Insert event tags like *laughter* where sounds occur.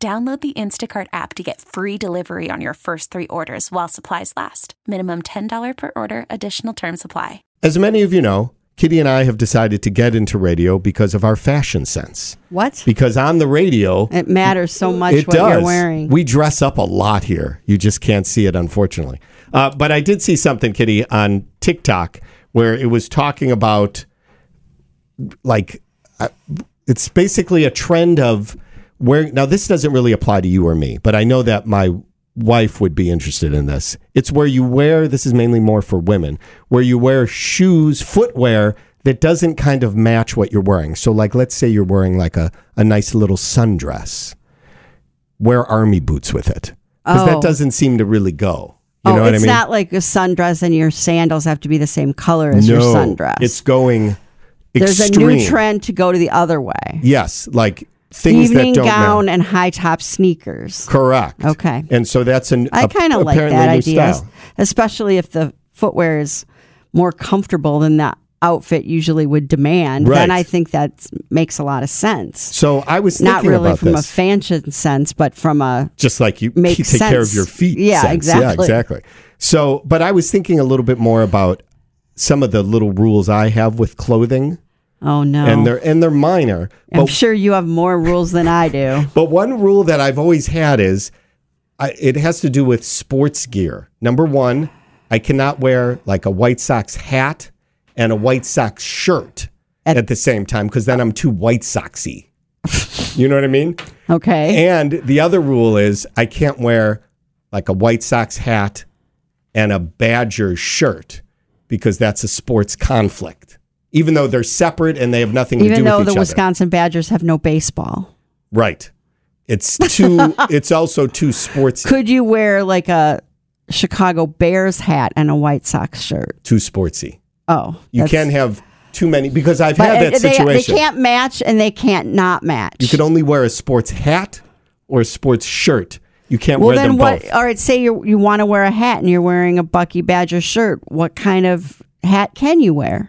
Download the Instacart app to get free delivery on your first three orders while supplies last. Minimum $10 per order, additional term supply. As many of you know, Kitty and I have decided to get into radio because of our fashion sense. What? Because on the radio, It matters so much it what does. you're wearing. We dress up a lot here. You just can't see it, unfortunately. Uh, but I did see something, Kitty, on TikTok where it was talking about like uh, it's basically a trend of wearing. Now, this doesn't really apply to you or me, but I know that my wife would be interested in this. It's where you wear. This is mainly more for women, where you wear shoes, footwear. That doesn't kind of match what you're wearing. So, like, let's say you're wearing like a, a nice little sundress wear army boots with it because Oh. that doesn't seem to really go. You oh, know what it's I mean? not like a sundress and your sandals have to be the same color as your sundress. it's going There's extreme. a new trend to go to the other way. Yes, like things Evening that don't gown match. and high top sneakers. Correct. Okay. And so that's an I a- kind of like apparently that new idea, style. especially if the footwear is more comfortable than that outfit usually would demand. Right. Then I think that makes a lot of sense. So I was Not thinking really about from this. a fashion sense, but from a just like you Makes take care of sense. your feet. Yeah, sense. Yeah, exactly. exactly. So, but I was thinking a little bit more about some of the little rules I have with clothing, oh no. and they're and they're minor. I'm but sure you have more rules than I do. But one rule that I've always had is I, it has to do with sports gear. Number one, I cannot wear like a White Sox hat and a White Sox shirt at, At- the same time because then I'm too White Soxy. you know what I *laughs* mean? Okay. And the other rule is I can't wear like a White Sox hat and a Badger shirt because that's a sports conflict. Even though they're separate and they have nothing to do Even though with the each other. Wisconsin Badgers have no baseball. Right. It's *laughs* too. it's also too sportsy. Could you wear like a Chicago Bears hat and a White Sox shirt? too sportsy. Oh. You that's- can't have too many because I've but had that they, they situation. can't match and they can't not match. you can only wear a sports hat or a sports shirt. You can't well, wear then them what? both. All right, say you you want to wear a hat and you're wearing a Bucky Badger shirt. What kind of hat can you wear?